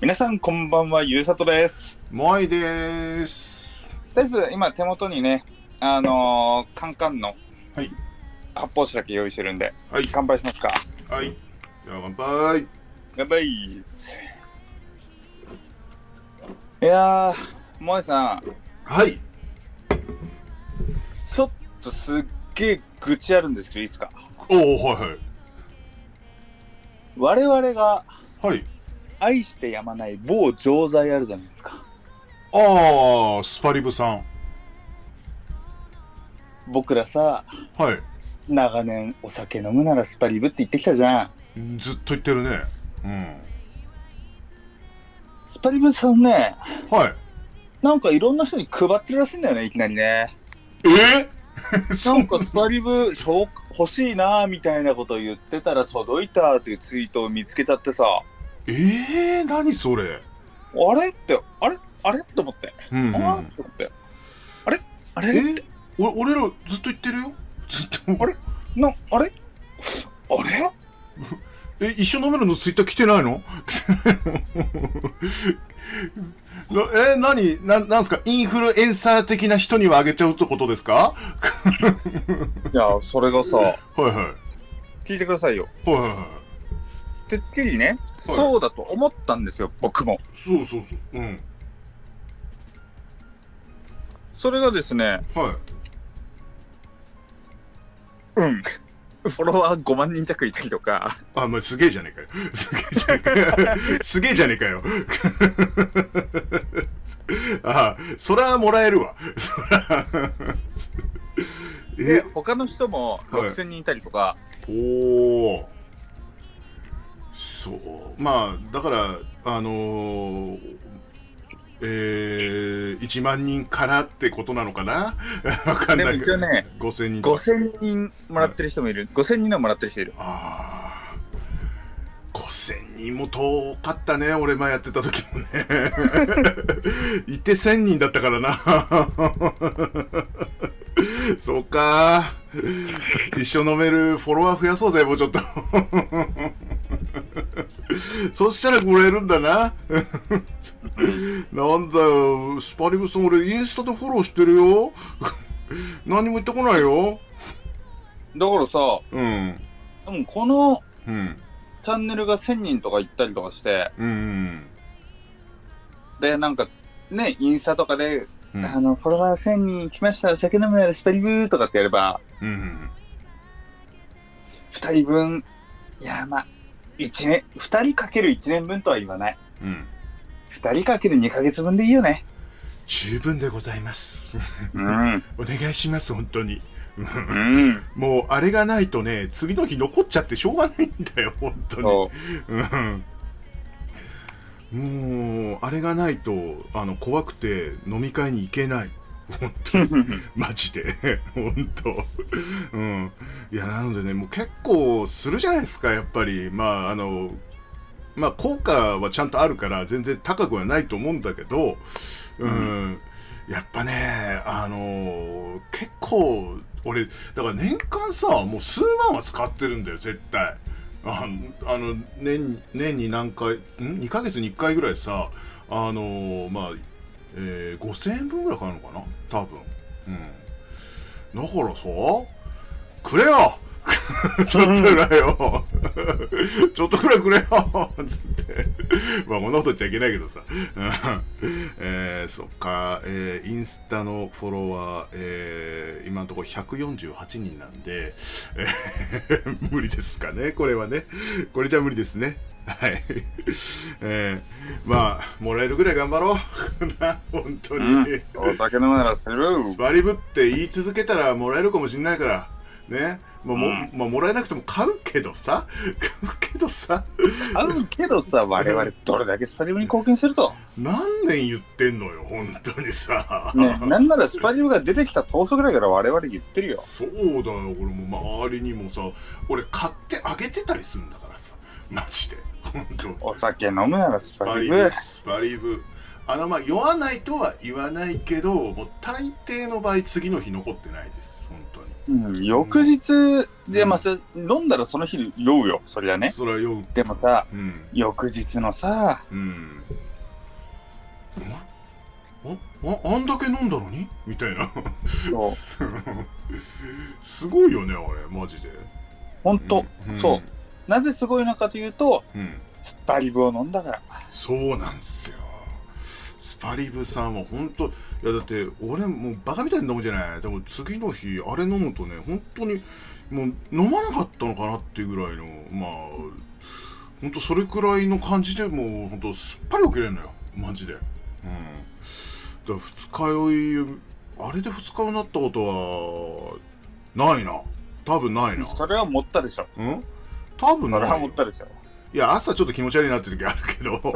皆さんこんばんは、ゆうさとです。もいでーす。とりあえず、今手元にね、あのー、カンカンの、はい発泡酒だけ用意してるんで、はい。乾杯しますか。はい。じゃあ乾杯。やばいっす。いやー、萌えさん、はい。ちょっとすっげえ愚痴あるんですけど、いいですかおおはい我々がはい。はい。愛してやまない某錠剤あるじゃないですか。あー、スパリブさん。僕らさ、はい。長年お酒飲むならスパリブって言ってきたじゃん。ずっと言ってるね。うん。スパリブさんね、はい。なんかいろんな人に配ってるらしいんだよね、いきなりね。え ー、なそんうかスパリブしょう欲しいなーみたいなこと言ってたら届いたっていうツイートを見つけちゃってさ、えー、何そあれ。れって、あれあれと思って。うん、うあーんっ。て思って。あれあえれお俺らずっと言ってるよ。ずっと。あれな、あれあれえ、一緒飲めるのツイッター来てないの なえ、なに、な、なんすかインフルエンサー的な人にはあげちゃうってことですかいや、それがさ、はいはい。聞いてくださいよ。はいはいはい。てっきりね、はいそうだと思ったんですよ、僕も。そうそうそう。うん。それがですね、はい。うん。フォロワー5万人弱いたりとか、あ、まあ、すげえじゃねえかよ。 すげえじゃねえかよ。すげえじゃねえかよ。 あ、そらもらえるわ。 そら。でえ、他の人もはい6000人いたりとか、おー。そう。まあ、だから、あのー、えー、1万人からってことなのかなわかんでなもいけ一ど。応ね、 5000人とか。 5000人もらってる人もいる、5000人のもらってる人いる。ああ5000人も遠かったね俺前やってた時もね いて1000人だったからな そうか一緒飲めるフォロワー増やそうぜもうちょっと そしたらもらえるんだな なんだよスパリブさん俺インスタでフォローしてるよ 何も言ってこないよだからさ、うん多分このうんチャンネルが1000人とか行ったりとかして、うんで、なんかね、インスタとかで、うんあの、フォロワー1000人来ました、お酒飲むならスパリブーとかってやれば、うん2人分、いや、まあ、1年、2人かける1年分とは言わない。うん2人かける2ヶ月分でいいよね。十分でございます。 うん。お願いします、本当に。うん。もう、あれがないとね、次の日残っちゃってしょうがないんだよ、本当に。そう。うん。もう、あれがないと、あの、怖くて飲み会に行けない。本当に。 マジで。本当。うん。いや、なのでね、もう結構するじゃないですか、やっぱり。まあ、あの、まあ、効果はちゃんとあるから、全然高くはないと思うんだけど、うん。やっぱね、あの結構、俺、だから年間さ、もう数万は使ってるんだよ、絶対。あの、あの年に、年に何回、ん ?2 ヶ月に1回ぐらいさ、あのまあ、えー、5000円分ぐらい買うのかな多分。うん。だからさ、くれよ ちょっとぐらいよ ちょっとくらいくれよつって。まあ、こんなこと言っちゃいけないけどさ。うんえー、そっか、えー、インスタのフォロワー、えー、今のところ148人なんで、えー 無理ですかねこれはね。これじゃ無理ですね。はい。 えー、まあ、もらえるぐらい頑張ろう。 な本当に。うんお酒飲むならスパリブスー。パリブって言い続けたらもらえるかもしんないから。ね。まあ、も、うんまあ、もらえなくても買うけどさ。 買うけどさ。合うけどさ、我々どれだけスパリブに貢献すると。何年言ってんのよ、本当にさ。ね、なんならスパリブが出てきた当初ぐらいから我々言ってるよ。そうだよ、俺も周りにもさ、俺買ってあげてたりするんだからさ。マジで。本当お酒飲むならススパパリリブブ。、スパリブ。あの、まあ、酔わないとは言わないけど、もう大抵の場合、次の日残ってないです。本当に。うん、翌日で、まあ、それ飲んだらその日酔うよそりゃねそれは酔うでもさうん翌日のさうんあああんだけ飲んだのにみたいなそう すごいよねあれマジで本当、んそうなぜすごいのかというとうん、うんスパリブを飲んだからそうなんですよスパリブさんは本当いやだって俺もうバカみたいに飲むじゃないでも次の日あれ飲むとね本当にもう飲まなかったのかなっていうぐらいのまあ本当それくらいの感じでもう本当すっぱり起きれるのよマジでうんだから二日酔いあれで二日酔いになったことはないな多分ないなそれは持ったでしょうん多分そなれいはよ持ったでしょいや、朝ちょっと気持ち悪いなって時あるけど。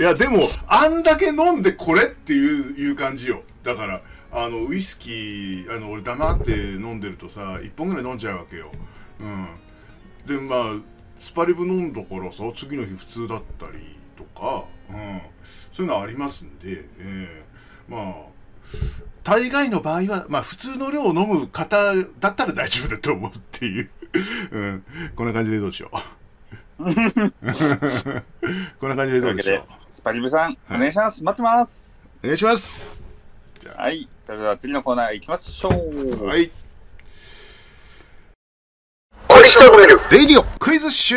いや、でも、あんだけ飲んでこれっていう、いう感じよ。だから、あの、ウイスキー、あの、俺黙って飲んでるとさ、一本ぐらい飲んじゃうわけよ。うん。で、まあ、スパリブ飲んだからさ、次の日普通だったりとか、うん。そういうのありますんで、ええまあ、大概の場合は、まあ、普通の量を飲む方だったら大丈夫だと思うっていう。 うん。こんな感じでどうしよう。こんな感じでというどうわけでしょうで。スパリブさんはいお願いします、待ってますお願いします。はいそれでは次のコーナー行きましょうはい。レディオクイズ集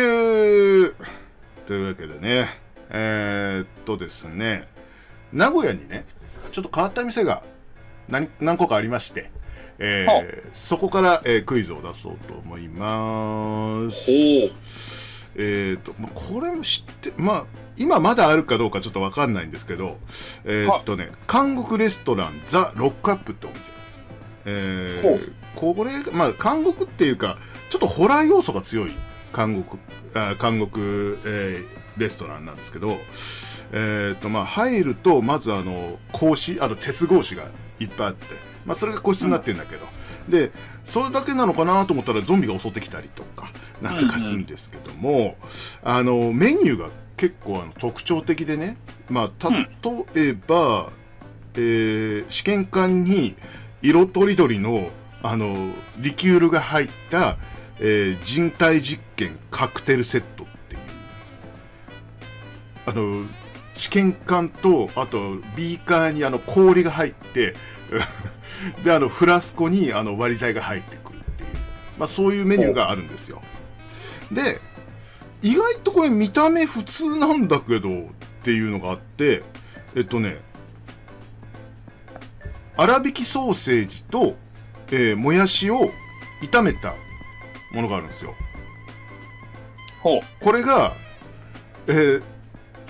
というわけでね、えー、っとですね、名古屋にね、ちょっと変わった店が何何個かありまして、えーほそこから、えークイズを出そうと思います。おえー、と、まあ、これも知って、まあ、今まだあるかどうかちょっとわかんないんですけど、えー、っとね、韓国レストランザ・ロックアップってお店。えーこれ、まあ、韓国っていうか、ちょっとホラー要素が強い韓国、あ韓国、えーレストランなんですけど、えー、と、まあ、入ると、まずあの、格子、あと鉄格子がいっぱいあって、まあ、それが個室になってんだけど、で、それだけなのかなと思ったらゾンビが襲ってきたりとか、なんとかするんですけども、あの、メニューが結構あの特徴的でね、まあ、例えば、えー試験管に色とりどりの、あの、リキュールが入った、えー人体実験カクテルセットっていう、あの、試験管と、あと、ビーカーにあの氷が入って、 で、あの、フラスコにあの割り剤が入ってくるっていう、まあそういうメニューがあるんですよ。で、意外とこれ見た目普通なんだけどっていうのがあって、えっとね、粗挽きソーセージと、えーもやしを炒めたものがあるんですよ。ほうこれが、えー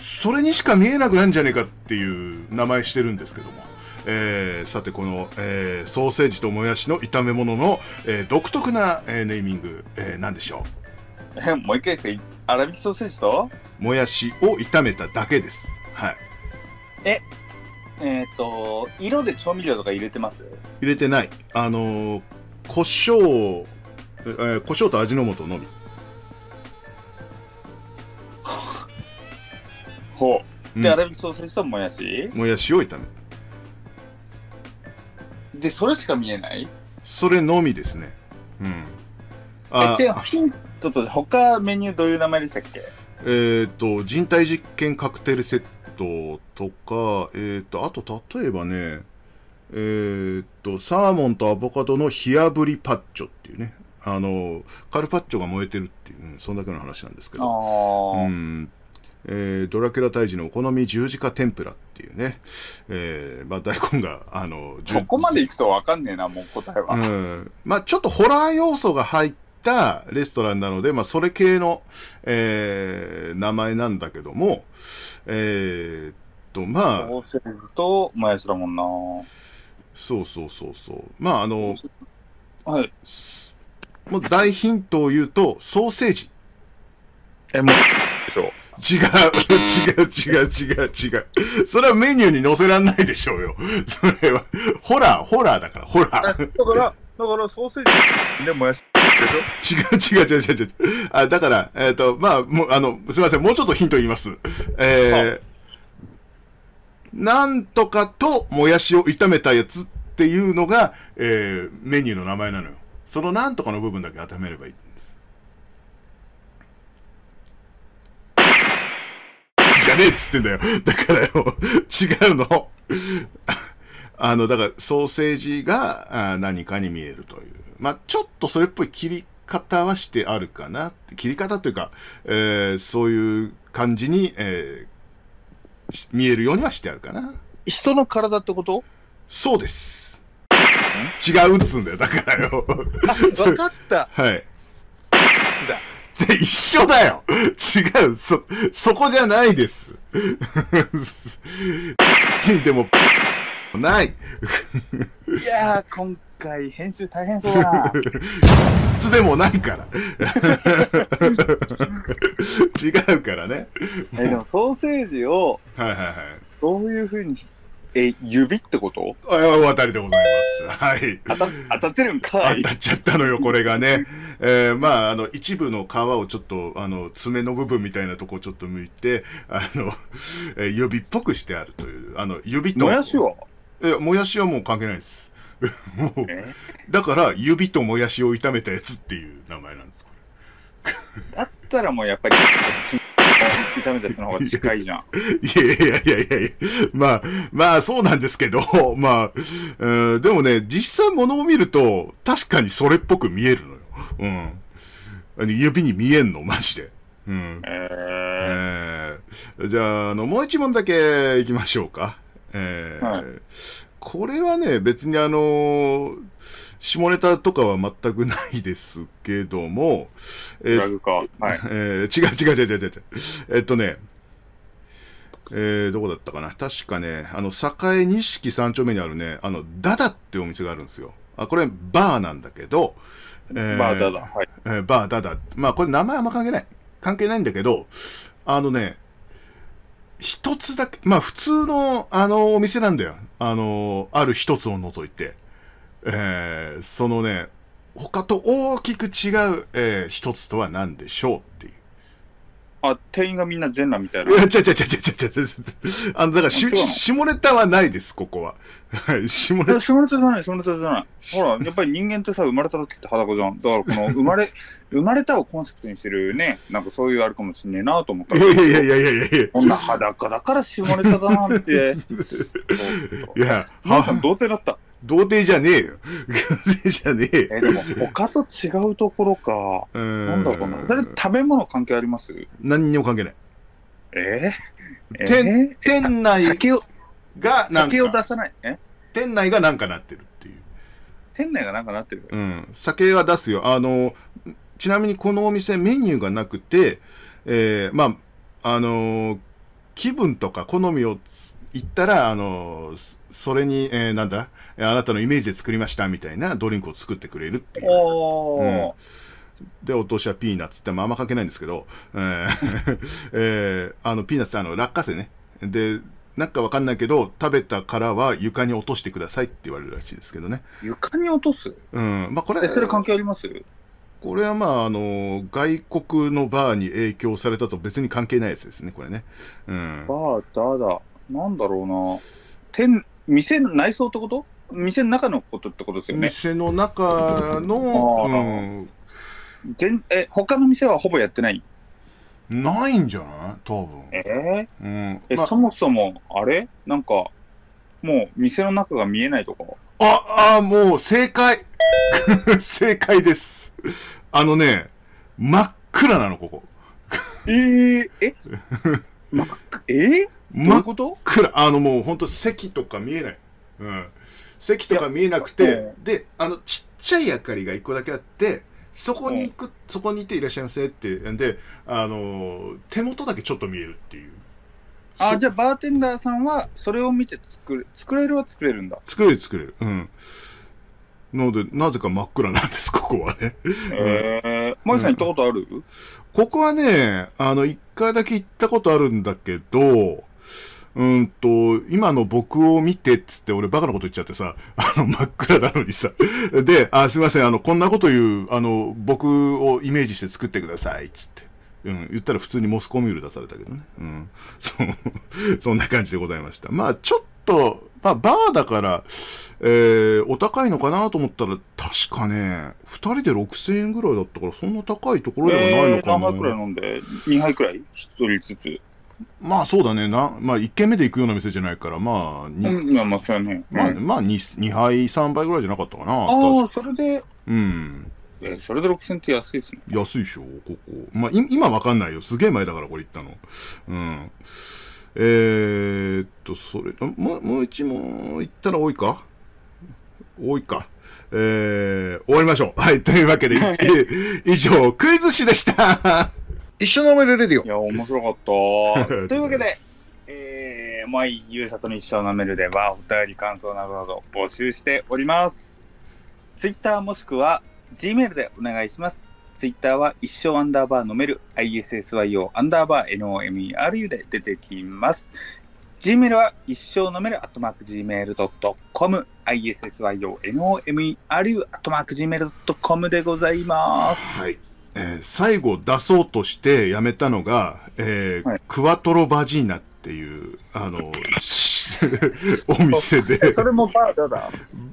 それにしか見えなくなるんじゃねえかっていう名前してるんですけども。えーさてこの、えーソーセージともやしの炒め物の、えー独特な、えーネーミング、えーなんでしょえもう一回ですか粗挽きソーセージとうもやしを炒めただけです。はい。えっ、と色で調味料とか入れてます入れてない。あのー、胡椒、えー、胡椒と味の素のみ。ほううんで粗挽きソーセージともやしもやしを炒めでそれしか見えないそれのみですね。うん。あえ違うヒントと他メニューどういう名前でしたっけえっ、と、人体実験カクテルセットとか、えっ、と、あと例えばね、えっ、と、サーモンとアボカドの火炙りパッチョっていうね、あの、カルパッチョが燃えてるっていう、うんそんだけの話なんですけあど、うーんえードラキュラ退治のお好み十字架天ぷらっていうね、えーまあ、大根が、あの、十そこまで行くとわかんねえなもう答えは、うん。まあちょっとホラー要素が入ったレストランなので、まあそれ系の、えー、名前なんだけども、えーっと、まあ、ソーセージともやしだもんなそうそうそうそう。まああの、はい。すもう大ヒントを言うと、ソーセージ。え、もう。でしょ。違う、違う、違う、違う、違う。それはメニューに載せらんないでしょうよ。それは、ホラー、ホラーだから、ホラだか。ーら、だからソーセージでもやし。で違う違う違う違う違う。あだから、えっ、と、まあ、もう、あの、すいません、もうちょっとヒント言います。えー、なんとかともやしを炒めたやつっていうのが、えー、メニューの名前なのよ。そのなんとかの部分だけ当てはめればいいんです。じゃねえっつってんだよ。だからよ、違うの。あの、だから、ソーセージがあー何かに見えるという。まあ、ちょっとそれっぽい切り方はしてあるかなって。切り方というか、えーそういう感じに、えーし見えるようにはしてあるかな。人の体ってことそうです。違うっつうんだよ。だからよ。 分かった。はい。で一緒だよ違う、そ、そこじゃないです。 でも、ない。いやー、今回編集大変そうだ な。つでもないから。違うからね。えでもソーセージをはいはいはい。どういうふうに、え、指ってことああ、渡りでございます。はい。当た当たってるんか当いた。っちゃったのよ、これがね。えーまあ、あの、一部の皮をちょっと、あの、爪の部分みたいなとこをちょっと剥いて、あの、えー指っぽくしてあるという、あの、指と。もやしはえ、もやしはもう関係ないです。もうえだから、指ともやしを炒めたやつっていう名前なんです。こだったらもうやっぱり、炒めた人の方が近いじゃん。れいやいやいやいやいやまあ、まあ、そうなんですけど、 まあ、えーでもね、実際物を見ると、確かにそれっぽく見えるのよ。うん。あの指に見えんの、マジで。うん。ええーじゃあ、あの、もう一問だけ行きましょうか。えーはいこれはね、別にあのー下ネタとかは全くないですけども、えー、ーラグか。はい。 えー違う違う違う違う違う。えっとね、えーどこだったかな確かね、あの、栄錦三丁目にあるね、あの、ダダってお店があるんですよ。あ、これ、バーなんだけど、えーまあ、だだ。はい。えーバーダダ。まあこれ名前はあんま関係ない。関係ないんだけど、あのね、一つだけ、まあ普通のあのお店なんだよ。あの、ある一つを除いて。えーそのね、他と大きく違う、えー一つとは何でしょうっていう。あ、店員がみんな全裸みたいいな。や、ちゃちゃちゃちゃちゃちゃちゃあの、だからし、あそうなの下ネタはないです、ここは。はい、下ネえ、そのネタじゃない、そのネタじゃない。ほら、やっぱり人間ってさ、生まれた時って裸じゃん。だから、この、生まれ、 生まれたをコンセプトにしてるね、なんかそういうあるかもしんねえなと思ったタ。いらや、いやいやいやいやいやいや。こんな裸だから下ネタだな って。いや、皆さんは、童貞だった。童貞じゃねえよ。 童貞じゃねえよ。え、でも、他と違うところか。ななんだろうな。それ食べ物関係あります何にも関係ない。ええ店店内酒を、がなん酒を出か、さない。え店内がなんかなってるっていう。店内がなんかなってる。うん。酒は出すよ。あの、ちなみにこのお店メニューがなくて、えー、まあ、あのー気分とか好みをつ言ったら、あのーそそれに、えーなんだ、えーあなたのイメージで作りましたみたいなドリンクを作ってくれるっていう。おー。で、お通しはピーナッツって、まあ、あんま関係ないんですけど、えー えーあの、ピーナッツってあの、落花生ね。で、なんかわかんないけど、食べたからは床に落としてくださいって言われるらしいですけどね。床に落とすうん。まあ、これえ、、それ関係ありますこれはまあ、あの、外国のバーに影響されたと別に関係ないやつですね、これね。うんバ。ー、だだ。なんだろうな。店、店の内装ってこと店の中のことってことですよね。店の中あーの、全え、他の店はほぼやってない。うん、ないんじゃない多分。えーうん。え、まそもそも、あれなんか、もう店の中が見えないとか。あ、あ、もう正解 正解です。あのね、真っ暗なの、ここ。えー、 えまえー、どうい真うっこと暗。あのもうほんと席とか見えない。うん。席とか見えなくいやて、で、あの、ちっちゃい明かりが一個だけあって、そこに行く、そこにいていらっしゃいませって、んで、あのー手元だけちょっと見えるっていう。あ、そじゃあバーテンダーさんは、それを見て作れ、作れるは作れるんだ。作れる作れる。うん。ので、なぜか真っ暗なんです、ここはね。ええー、マイさん行ったことある、ここはね、あの、一回だけ行ったことあるんだけど、うんと、今の僕を見てっつって、俺バカなこと言っちゃってさ、 あの、真っ暗なのにさ。で、あ、すいません、あの、こんなこと言う、あの、僕をイメージして作ってください、っつって。うん、言ったら普通にモスコミュール出されたけどね。うん。 そう、そんな感じでございました。まあ、ちょっと、まあ、バーだから、えー、お高いのかなと思ったら、確かね、2人で6000円ぐらいだったから、そんな高いところではないえのー、何かな。杯くらい飲んで ?2 杯くらい ?1 人ずつ。まあそうだね。な、まあ1軒目で行くような店じゃないから、まあ、にうん、まあまあ、そうやね。まあ、うんまあ 2, 2杯、3杯ぐらいじゃなかったかな。ああ、確かそれで、うん。えーそれで6000って安いですね。安いでしょ、ここ。まあ、い今わかんないよ。すげえ前だから、これ行ったの。うん。えー、っと、それ、あもう、もう一問行ったら多いか多いか。えー、終わりましょう。はい、というわ けで、以上、クイズ誌でした。一緒に飲めるレディオい。や、面白 かったというわけで、えー、毎ゆうさとに一緒なめるでは、お便り感想などなど募集しております。ツイッターもしくは、Gmail でお願いします。ツイッターは一生アンダーバー飲める ISSYO アンダーバー NOMERU で出てきます。Gmail は一生飲めるアットマーク Gmail.com ISSYO NOMERU アットマーク Gmail.com でございます。はい。えー最後出そうとしてやめたのが、えーはいクワトロバジーナっていう、あの、 しお店 で。それもバーだだ。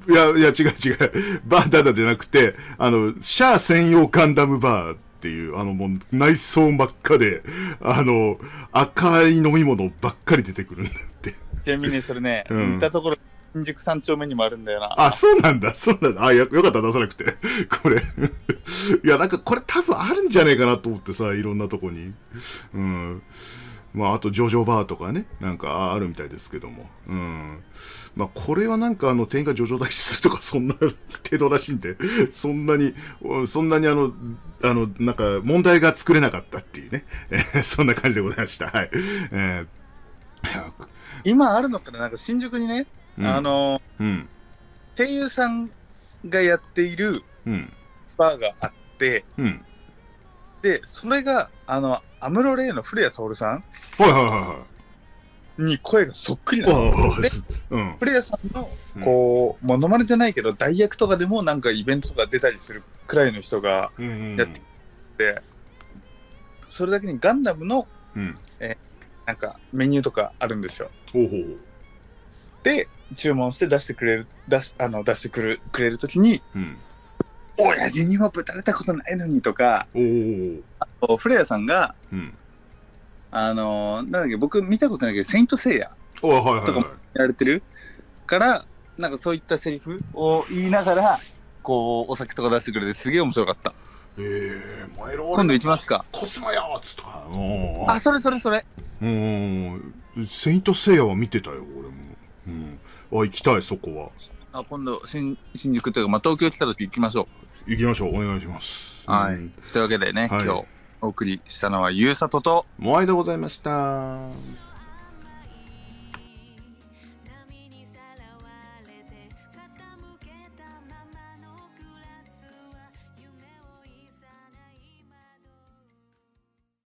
いや、いや、違う違う。バーダダじゃなくて、あの、シャア専用ガンダムバーっていう、あの、もう内装真っ赤で、あの、赤い飲み物ばっかり出てくるんだって。ちなみにそれね、うん行ったところ、新宿三丁目にもあるんだよな。あ、そうなんだ、そうなんだ。あ、よよかった、出さなくて。 これ。いや、なんかこれ多分あるんじゃねえかなと思ってさ、いろんなとこに。うん。まあ、あと、ジョジョバーとかね、なんかああるみたいですけども。うん。まあ、これはなんか、あの、店員がジョジョ大するとか、そんな程度らしいんで、 そんなに、おそんなにあの、あの、なんか、問題が作れなかったっていうね。え ーそんな感じでございました。はい。えーいや今あるのかななんか新宿にね、うん、あ、の、うん、声優さんがやっているうん、バーがあって、うん。で、それが、あの、アムロレイの古谷徹さはいはいはいはい。んに声がそっくりなの。ああで、うん。古谷さんの、こう、モノマネじゃないけど、代役とかでもなんかイベントとか出たりするくらいの人が、うん、うんやってそれだけにガンダムのうん。なんかメニューとかあるんですよ。ほうほうで、注文して出してくれる、出し、あの、出してくる、くれるときに、ほう。うん。親父にもぶたれたことないのにとか、おーおフレアさんが、うん。あのーなんだっけ、僕見たことないけど、セイントセイヤあはいはいとかはいも。やられてるから、なんかそういったセリフを言いながら、こう、お酒とか出してくれて、すげえ面白かった。ええー、マイロ今度行きますか。コスモやーっつったからなあ、それそれそれ。うん。セイントセイヤは見てたよ、俺も。うん。あ、行きたい、そこは。あ今度新、新宿というか、まあ、東京来た時行きましょ行きましょう、お願いします。はいうんう。というわけでね、はい今日、お送りしたのは、ゆうさとと、もう間ございました。